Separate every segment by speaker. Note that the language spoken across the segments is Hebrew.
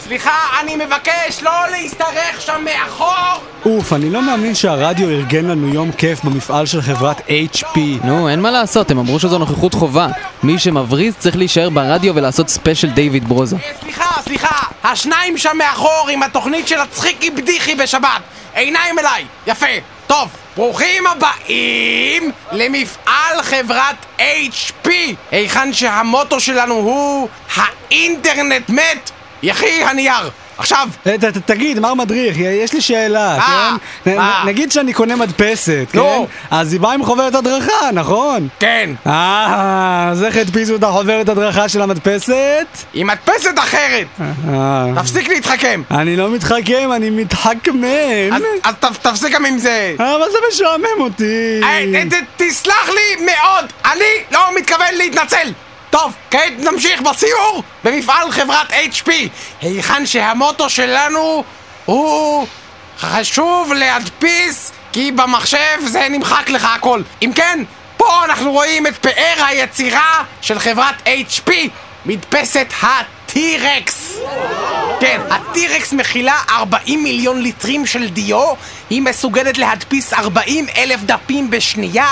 Speaker 1: סליחה, אני מבקש לא להשתרך שם מאחור!
Speaker 2: אוף, אני לא מאמין שהרדיו ארגן לנו יום כיף במפעל של חברת HP.
Speaker 3: נו, אין מה לעשות, הם אמרו שזו נוכחות חובה. מי שמבריז צריך להישאר ברדיו ולעשות ספיישל דיוויד ברוזה.
Speaker 1: אה, סליחה, סליחה, השניים שם מאחור עם התוכנית של הצחיקי בדיחי בשבת. עיניים אליי, יפה. טוב, ברוכים הבאים למפעל חברת HP, היכן שהמוטו שלנו הוא האינטרנט מת, יחי הנייר. עכשיו,
Speaker 2: אה, ת- ת- תגיד, מר מדריך, יש לי שאלה,
Speaker 1: מה?
Speaker 2: כן? נ-
Speaker 1: מה?
Speaker 2: נ- נגיד שאני קונה מדפסת, כן?
Speaker 1: נו.
Speaker 2: אז היא באה עם חוברת הדרכה, נכון?
Speaker 1: כן,
Speaker 2: אה, אז איך הדפיסו את החוברת הדרכה של המדפסת?
Speaker 1: היא מדפסת אחרת,
Speaker 2: אה,
Speaker 1: תפסיק להתחכם.
Speaker 2: אני לא מתחכם, אני מתחכמן.
Speaker 1: אז, אז תפ- תפסיק גם עם זה.
Speaker 2: אה, אבל זה משעמם אותי.
Speaker 1: היי, ת- ת- תסלח לי מאוד, אני לא מתכוון להתנצל! טוב, כעת נמשיך בסיור במפעל חברת HP, היכן שהמוטו שלנו הוא חשוב להדפיס כי במחשב זה נמחק לך הכל. אם כן, פה אנחנו רואים את פאר היצירה של חברת HP, מדפסת הטירקס. כן, הטירקס מכילה 40 מיליון ליטרים של דיו, היא מסוגלת להדפיס 40 אלף דפים בשנייה,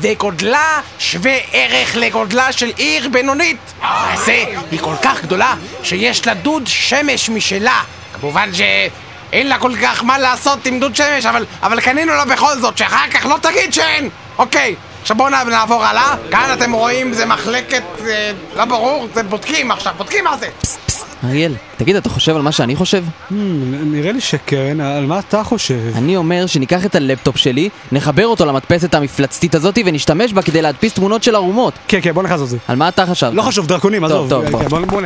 Speaker 1: וגודלה שווה ערך לגודלה של עיר בינונית. למעשה, היא כל כך גדולה, שיש לה דוד שמש משלה. כמובן שאין לה כל כך מה לעשות עם דוד שמש, אבל, אבל קנינו לה בכל זאת, שאחר כך לא תגיד שאין! אוקיי. עכשיו בואו נע- נעבור הלאה, כאן אתם רואים זה מחלקת, אה, לא ברור, זה בודקים עכשיו, בודקים מה זה.
Speaker 3: אריאל, תגיד, אתה חושב על מה שאני חושב?
Speaker 2: Hmm, נראה לי שכן, על מה אתה חושב?
Speaker 3: אני אומר שניקח את הלפטופ שלי, נחבר אותו למדפסת המפלצתית הזאת ונשתמש בה כדי להדפיס תמונות של ערומות.
Speaker 2: כן, כן, בוא נכנס לזה.
Speaker 3: על מה אתה חשבת?
Speaker 2: לא חשוב, דרקונים, עזוב.
Speaker 3: טוב,
Speaker 2: כן,
Speaker 3: בוא.
Speaker 2: בוא בוא נ...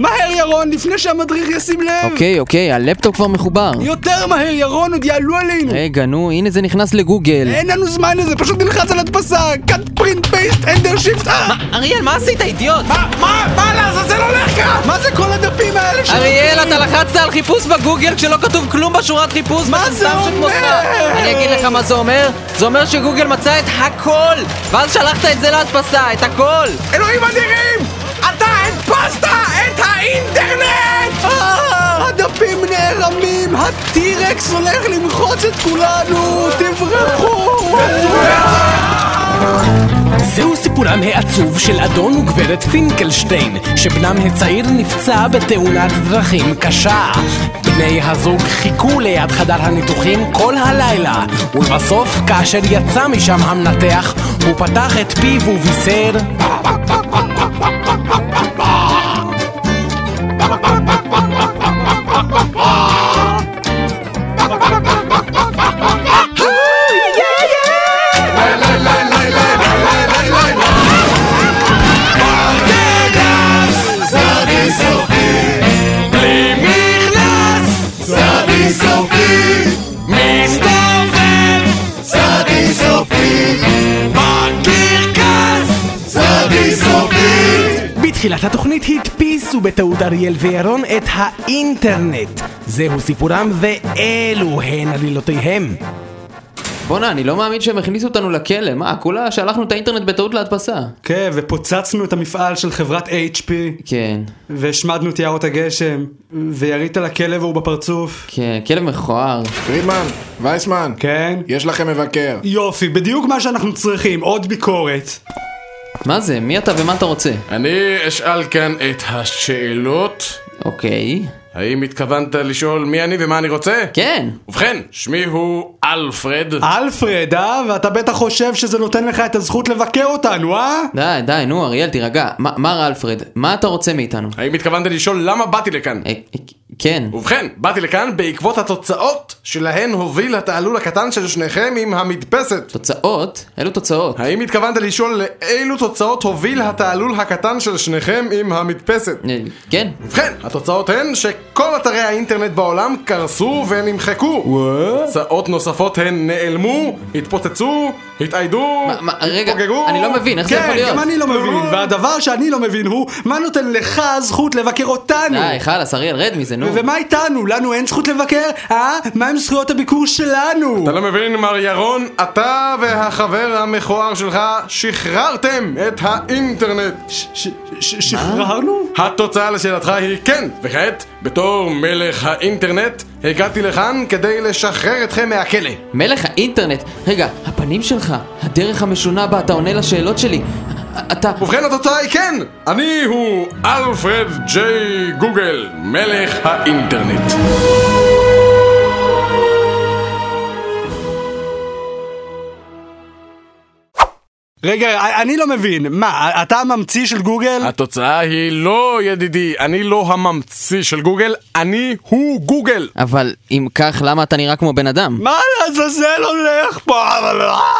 Speaker 2: מהר ירון, לפני שהמדריך ישים לב!
Speaker 3: אוקיי, אוקיי, הלפטופ כבר מחובר.
Speaker 2: יותר מהר ירון, עוד יעלו עלינו!
Speaker 3: רגע, נו, הנה זה נכנס לגוגל.
Speaker 2: אין לנו זמן לזה, פשוט נלחץ על הדפסה! cut print paste enter shift אה!
Speaker 3: אריאל, מה עשית, אידיוט?
Speaker 1: מה, מה, מה לעזאזל הולך כאן?
Speaker 2: מה זה כל הדפים האלה שלנו?
Speaker 3: אריאל, אתה לחצת על חיפוש בגוגל כשלא כתוב כלום בשורת חיפוש.
Speaker 2: מה
Speaker 3: ואתה
Speaker 2: זה
Speaker 3: סתם שכמו
Speaker 2: אומר?
Speaker 3: סתם. אני אגיד לך מה זה אומר. זה אומר שגוגל מצא את הכל, ואז שלחת את זה להדפסה, את הכל.
Speaker 1: אלוהים אדירים! אתה הדפסת את האינטרנט!
Speaker 2: אה, הדפים נערמים! הטירקס הולך למחוץ את כולנו! תברחו!
Speaker 4: זהו סיפורם העצוב של אדון וגברת פינקלשטיין, שבנם הצעיר נפצע בתאונת דרכים קשה. בני הזוג חיכו ליד חדר הניתוחים כל הלילה, ולבסוף, כאשר יצא משם המנתח, הוא פתח את פיו ובישר בתחילת התוכנית הדפיסו בטעות אריאל וירון את האינטרנט. זהו סיפורם ואלו הן עלילותיהם.
Speaker 3: בואנה, אני לא מאמין שהם הכניסו אותנו לכלא. מה, כולה שלחנו את האינטרנט בטעות להדפסה.
Speaker 2: כן, ופוצצנו את המפעל של חברת HP,
Speaker 3: כן,
Speaker 2: והשמדנו את יערות הגשם, וירית לכלב ההוא בפרצוף.
Speaker 3: כן, כלב מכוער.
Speaker 5: פרידמן, וייסמן,
Speaker 2: כן?
Speaker 5: יש לכם מבקר.
Speaker 2: יופי, בדיוק מה שאנחנו צריכים, עוד ביקורת.
Speaker 3: מה זה, מי אתה ומה אתה רוצה?
Speaker 6: אני אשאל כאן את השאלות.
Speaker 3: אוקיי.
Speaker 6: האם התכוונת לשאול מי אני ומה אני רוצה?
Speaker 3: כן.
Speaker 6: ובכן, שמי הוא אלפרד.
Speaker 2: אלפרד, אה? ואתה בטח חושב שזה נותן לך את הזכות לבקר אותנו, אה?
Speaker 3: די, די, נו, אריאל, תירגע. מה- מר אלפרד, מה אתה רוצה מאיתנו?
Speaker 6: האם התכוונת לשאול למה באתי לכאן?
Speaker 3: אה, אה, כן.
Speaker 6: ובכן, באתי לכאן בעקבות התוצאות שלהן הוביל התעלול הקטן של שניכם עם המדפסת.
Speaker 3: תוצאות? אלו תוצאות.
Speaker 6: האם התכוונת לשאול לאילו תוצאות הוביל התעלול הקטן של שניכם עם המדפסת?
Speaker 3: אה, כן.
Speaker 6: ובכן, התוצאות הן שכל אתרי האינטרנט בעולם קרסו ונמחקו. הצעות נוספות הן נעלמו, התפוצצו, התאיידו,
Speaker 3: מה- מה, רגע,
Speaker 6: התפוגגו.
Speaker 3: אני לא מבין, איך זה יכול
Speaker 2: כן,
Speaker 3: להיות?
Speaker 2: גם אני לא מבין, והדבר שאני לא מבין הוא, מה נותן לך הזכות לבקר אותנו?
Speaker 3: די, חלאס, אריאל, רד מזה,
Speaker 2: ו- ומה איתנו? לנו אין זכות לבקר? אה? מה עם זכויות הביקור שלנו?
Speaker 6: אתה לא מבין, מר ירון, אתה והחבר המכוער שלך שחררתם את האינטרנט.
Speaker 2: ש- ש- ש- שחררנו?
Speaker 6: התוצאה לשאלתך היא כן, וכעת, בתור מלך האינטרנט, הגעתי לכאן כדי לשחרר אתכם מהכלא.
Speaker 3: מלך האינטרנט, רגע, הפנים שלך, הדרך המשונה בה אתה עונה לשאלות שלי. אתה...
Speaker 6: ובכן, התוצאה היא כן! אני הוא אלפרד ג'יי גוגל, מלך האינטרנט.
Speaker 2: רגע, אני לא מבין. מה, אתה הממציא של גוגל?
Speaker 6: התוצאה היא לא, ידידי, אני לא הממציא של גוגל, אני הוא גוגל.
Speaker 3: אבל אם כך, למה אתה נראה כמו בן אדם?
Speaker 2: מה לעזאזל הולך פה?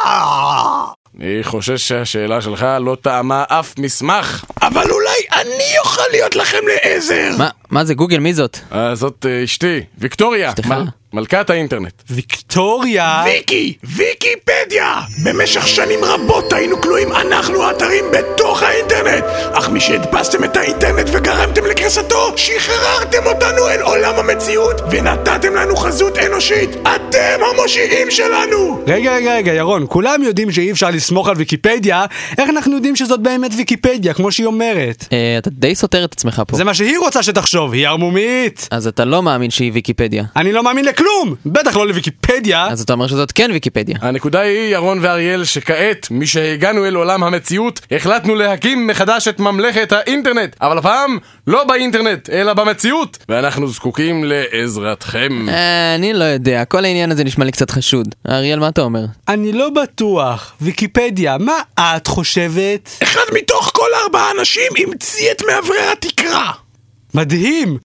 Speaker 2: אה!
Speaker 6: אני חושש שהשאלה שלך לא טעמה אף מסמך.
Speaker 1: אבל אולי אני אוכל להיות לכם לעזר!
Speaker 3: מה, מה זה גוגל, מי זאת?
Speaker 6: אה, זאת אה, אשתי, ויקטוריה,
Speaker 3: אשתך?
Speaker 6: מלכת האינטרנט.
Speaker 2: ויקטוריה?
Speaker 1: ויקי! ויקיפדיה! במשך שנים רבות היינו כלואים אנחנו האתרים בתוך האינטרנט! אך משהדפסתם את האינטרנט וגרמתם לקריסתו, שחררתם אותנו אל עולם המציאות ונתתם לנו חזות אנושית! אתם המושיעים שלנו!
Speaker 2: רגע, רגע, רגע, ירון, כולם יודעים שאי אפשר לסמוך על ויקיפדיה, איך אנחנו יודעים שזאת באמת ויקיפדיה, כמו שהיא אומרת?
Speaker 3: אה, אתה די סותר את עצמך פה.
Speaker 2: זה מה שהיא רוצה שתחשוב, היא ערמומית!
Speaker 3: אז אתה לא מאמין שהיא ויקיפדיה.
Speaker 2: אני לא מאמין לכלום! בטח לא לוויקיפדיה!
Speaker 3: אז אתה אומר שזאת כן ויקיפדיה.
Speaker 6: הנקודה היא, ירון ואריאל, שכעת, משהגענו אל עולם המציאות, החלטנו להקים מחדש את ממלכת האינטרנט, אבל הפעם, לא באינטרנט, אלא במציאות, ואנחנו זקוקים לעזרתכם.
Speaker 3: אה, אני לא יודע, כל העניין הזה נשמע לי קצת חשוד. אריאל, מה אתה אומר?
Speaker 2: אני לא בטוח. ויקיפדיה, מה את חושבת?
Speaker 1: אחד מתוך כל ארבעה אנשים המציא את מאוורר התקרה!
Speaker 2: מדהים!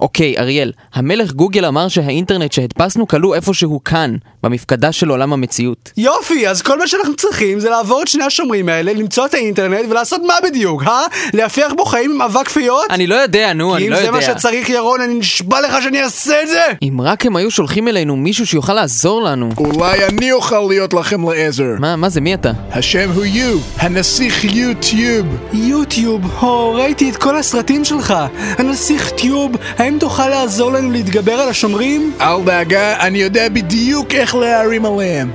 Speaker 3: אוקיי, אריאל, המלך גוגל אמר שהאינטרנט שהדפסנו כלוא איפשהו כאן, במפקדה של עולם המציאות.
Speaker 2: יופי, אז כל מה שאנחנו צריכים זה לעבור את שני השומרים האלה, למצוא את האינטרנט ולעשות מה בדיוק, אה? להפיח בו חיים עם אבק כפיות?
Speaker 3: אני לא יודע, נו, אני
Speaker 5: כאילו
Speaker 2: אם
Speaker 3: לא
Speaker 2: זה
Speaker 3: יודע.
Speaker 2: מה שצריך, ירון, אני נשבע לך שאני אעשה את זה!
Speaker 3: אם רק הם היו שולחים אלינו מישהו שיוכל לעזור לנו.
Speaker 5: אולי אני אוכל להיות לכם לעזר.
Speaker 3: מה, מה זה, מי אתה?
Speaker 5: השם הוא יו, הנסיך יוטיוב.
Speaker 2: יוטיוב, הו, ראיתי את כל הסרטים שלך. הנסיך טיוב, האם תוכל לעזור לנו להתגבר על השומרים?
Speaker 5: אל דאגה, אני יודע בדיוק איך להרים עליהם.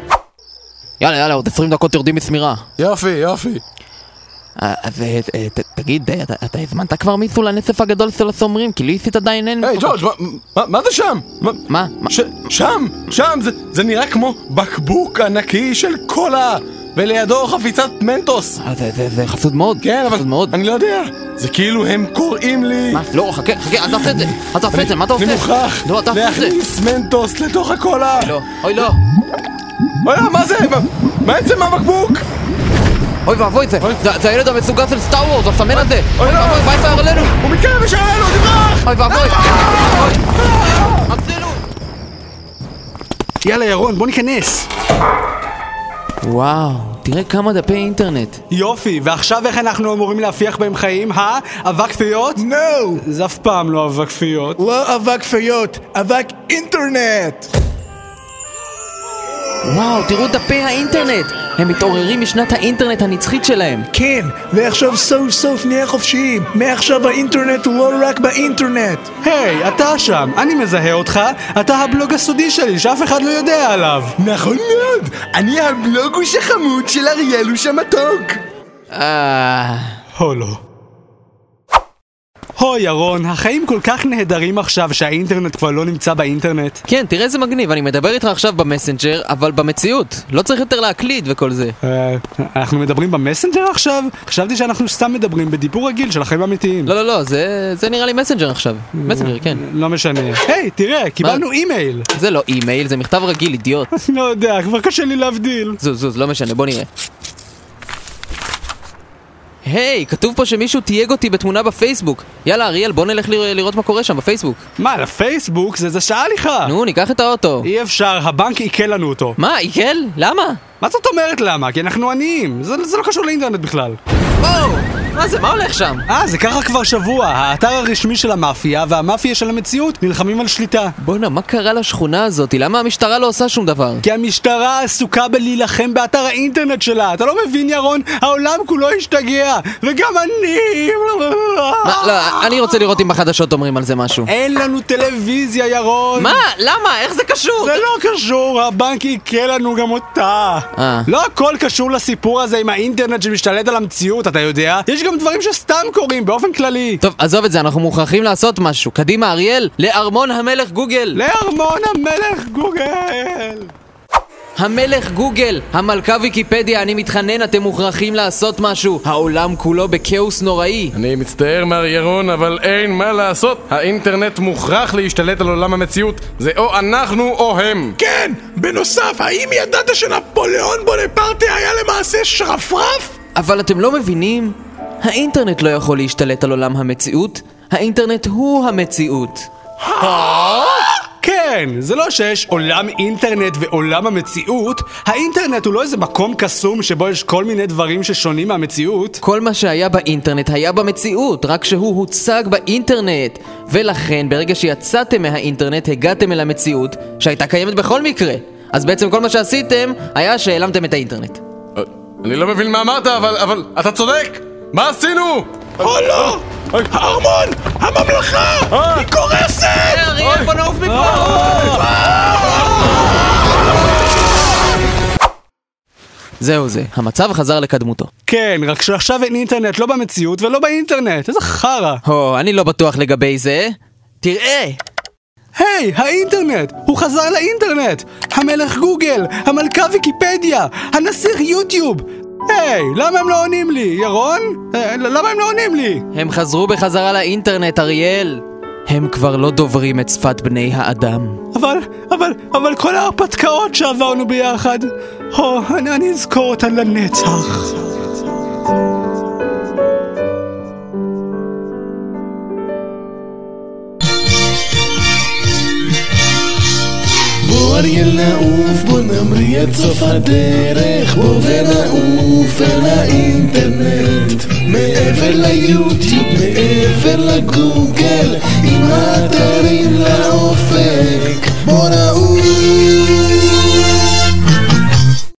Speaker 3: יאללה, יאללה, עוד 20 דקות יורדים מצמירה.
Speaker 6: יופי, יופי.
Speaker 3: אה, אז אה, אה, ת- תגיד, אה, אתה- אתה הזמנת כבר מישהו לנצף הגדול של השומרים? כי ליסית עדיין אין...
Speaker 6: היי,
Speaker 3: מישהו.
Speaker 6: ג'ורג', מה- מה- מה זה שם? מה?
Speaker 3: מה? מה?
Speaker 6: ש- שם, שם, זה- זה נראה כמו בקבוק ענקי של קולה, ולידו חפיצת מנטוס.
Speaker 3: אה, זה- זה- זה חסוד מאוד.
Speaker 6: כן, אבל
Speaker 3: חסוד מאוד.
Speaker 6: אני לא יודע. זה כאילו הם קוראים לי...
Speaker 3: מה? לא, חכה, חכה, אל תעשה את זה. אל תעשה את זה, מה אתה עושה?
Speaker 6: אני מוכרח
Speaker 3: לא, אל תעשה את זה.
Speaker 6: להכניס מנטוס לתוך הקולה!
Speaker 3: לא, אוי לא.
Speaker 6: אוי,
Speaker 5: אה,
Speaker 6: מה זה? מה- מה עצם הבקבוק?
Speaker 3: אוי ואבוי זה. זה- זה הילד המסוגל של סטאר וורז, הסמן הזה. אוי
Speaker 6: לא.
Speaker 3: ואבוי, בא יפה עלינו.
Speaker 6: הוא מתקרב לשערנו, תברח!
Speaker 3: אוי ואבוי. הצילו.
Speaker 2: יאללה, ירון, בוא ניכנס.
Speaker 3: וואו, תראה כמה דפי אינטרנט.
Speaker 2: יופי, ועכשיו איך אנחנו אמורים להפיח בהם חיים, אה? אבק כפיות?
Speaker 5: נו!
Speaker 2: זה אף פעם לא אבק כפיות.
Speaker 5: לא אבק פיות, אבק אינטרנט!
Speaker 3: וואו, תראו דפי האינטרנט. הם מתעוררים משנת האינטרנט הנצחית שלהם.
Speaker 5: כן, ועכשיו סוף סוף נהיה חופשיים. מעכשיו האינטרנט הוא לא רק באינטרנט.
Speaker 2: היי, אתה שם, אני מזהה אותך, אתה הבלוג הסודי שלי שאף אחד לא יודע עליו.
Speaker 6: נכון מאוד! אני הבלוגוש החמוד של אריאלוש המתוק!
Speaker 3: אה...
Speaker 2: או לא. הו ירון, החיים כל כך נהדרים עכשיו שהאינטרנט כבר לא נמצא באינטרנט.
Speaker 3: כן, תראה איזה מגניב, אני מדבר איתך עכשיו במסנג'ר, אבל במציאות. לא צריך יותר להקליד וכל זה.
Speaker 2: אה, אנחנו מדברים במסנג'ר עכשיו? חשבתי שאנחנו סתם מדברים בדיבור רגיל של החיים האמיתיים.
Speaker 3: לא, לא, לא, זה, זה נראה לי מסנג'ר עכשיו. מסנג'ר, כן.
Speaker 2: לא משנה. היי, תראה, קיבלנו אימייל.
Speaker 3: זה לא אימייל, זה מכתב רגיל, אידיוט.
Speaker 2: לא יודע, כבר קשה לי להבדיל.
Speaker 3: זוז, זוז, לא משנה, בוא נראה. היי, כתוב פה שמישהו תייג אותי בתמונה בפייסבוק. יאללה, אריאל, בוא נלך לרא- לראות מה קורה שם בפייסבוק.
Speaker 2: מה, לפייסבוק? זה זה שעה הליכה. אה.
Speaker 3: נו, ניקח את האוטו.
Speaker 2: אי אפשר, הבנק עיקל לנו אותו.
Speaker 3: מה, עיקל? למה?
Speaker 2: מה זאת אומרת למה? כי אנחנו עניים. זה, זה לא קשור לאינטרנט בכלל.
Speaker 3: וואו! מה זה, מה הולך שם?
Speaker 2: אה, זה ככה כבר שבוע. האתר הרשמי של המאפיה והמאפיה של המציאות נלחמים על שליטה.
Speaker 3: בואנה, מה קרה לשכונה הזאת? למה המשטרה לא עושה שום דבר?
Speaker 2: כי המשטרה עסוקה בלהילחם באתר האינטרנט שלה. אתה לא מבין, ירון? העולם כולו השתגע. וגם אני...
Speaker 3: מה, לא, אני רוצה לראות אם בחדשות אומרים על זה משהו.
Speaker 2: אין לנו טלוויזיה, ירון.
Speaker 3: מה? למה? איך זה קשור?
Speaker 2: זה לא קשור, הבנק עיקר לנו גם אותה.
Speaker 3: אה.
Speaker 2: לא הכל קשור לסיפור הזה עם האינטרנט שמשתלט על המציאות, אתה יודע? יש גם דברים שסתם קורים באופן כללי.
Speaker 3: טוב, עזוב את זה, אנחנו מוכרחים לעשות משהו. קדימה, אריאל, לארמון המלך גוגל!
Speaker 2: לארמון המלך גוגל!
Speaker 3: המלך גוגל, המלכה ויקיפדיה, אני מתחנן, אתם מוכרחים לעשות משהו. העולם כולו בכאוס נוראי.
Speaker 6: אני מצטער מר ירון, אבל אין מה לעשות. האינטרנט מוכרח להשתלט על עולם המציאות. זה או אנחנו או הם.
Speaker 5: כן! בנוסף, האם ידעת שנפוליאון בונפרטה היה למעשה שרפרף?
Speaker 3: אבל אתם לא מבינים? האינטרנט לא יכול להשתלט על עולם המציאות, האינטרנט הוא המציאות.
Speaker 2: כן, זה לא שיש עולם אינטרנט ועולם המציאות, האינטרנט הוא לא איזה מקום קסום שבו יש כל מיני דברים ששונים מהמציאות.
Speaker 3: כל מה שהיה באינטרנט היה במציאות, רק שהוא הוצג באינטרנט. ולכן, ברגע שיצאתם מהאינטרנט, הגעתם אל המציאות, שהייתה קיימת בכל מקרה. אז בעצם כל מה שעשיתם, היה שהעלמתם את האינטרנט.
Speaker 6: אה, אני לא מבין מה אמרת, אבל, אבל אתה צודק! מה עשינו?
Speaker 5: או לא! הארמון! הממלכה! היא קורסת!
Speaker 3: אריאל, בוא נעוף מפה! זהו זה, המצב חזר לקדמותו.
Speaker 2: כן, רק שעכשיו אין אינטרנט לא במציאות ולא באינטרנט, איזה חרא.
Speaker 3: הו, אני לא בטוח לגבי זה. תראה!
Speaker 2: היי, האינטרנט! הוא חזר לאינטרנט! המלך גוגל! המלכה ויקיפדיה! הנסיך יוטיוב! היי, למה הם לא עונים לי, ירון? אה, למה הם לא עונים לי?
Speaker 3: הם חזרו בחזרה לאינטרנט, אריאל! הם כבר לא דוברים את שפת בני האדם.
Speaker 2: אבל, אבל, אבל כל ההרפתקאות שעברנו ביחד, הו, אני, אני אזכור אותן לנצח.
Speaker 5: בוא אריאל נעוף, בוא נמריא עד סוף הדרך, בוא ונעוף אל האינטרנט. מעבר ליוטיוב, מעבר לגוגל, עם האתרים לאופק, בוא נעוף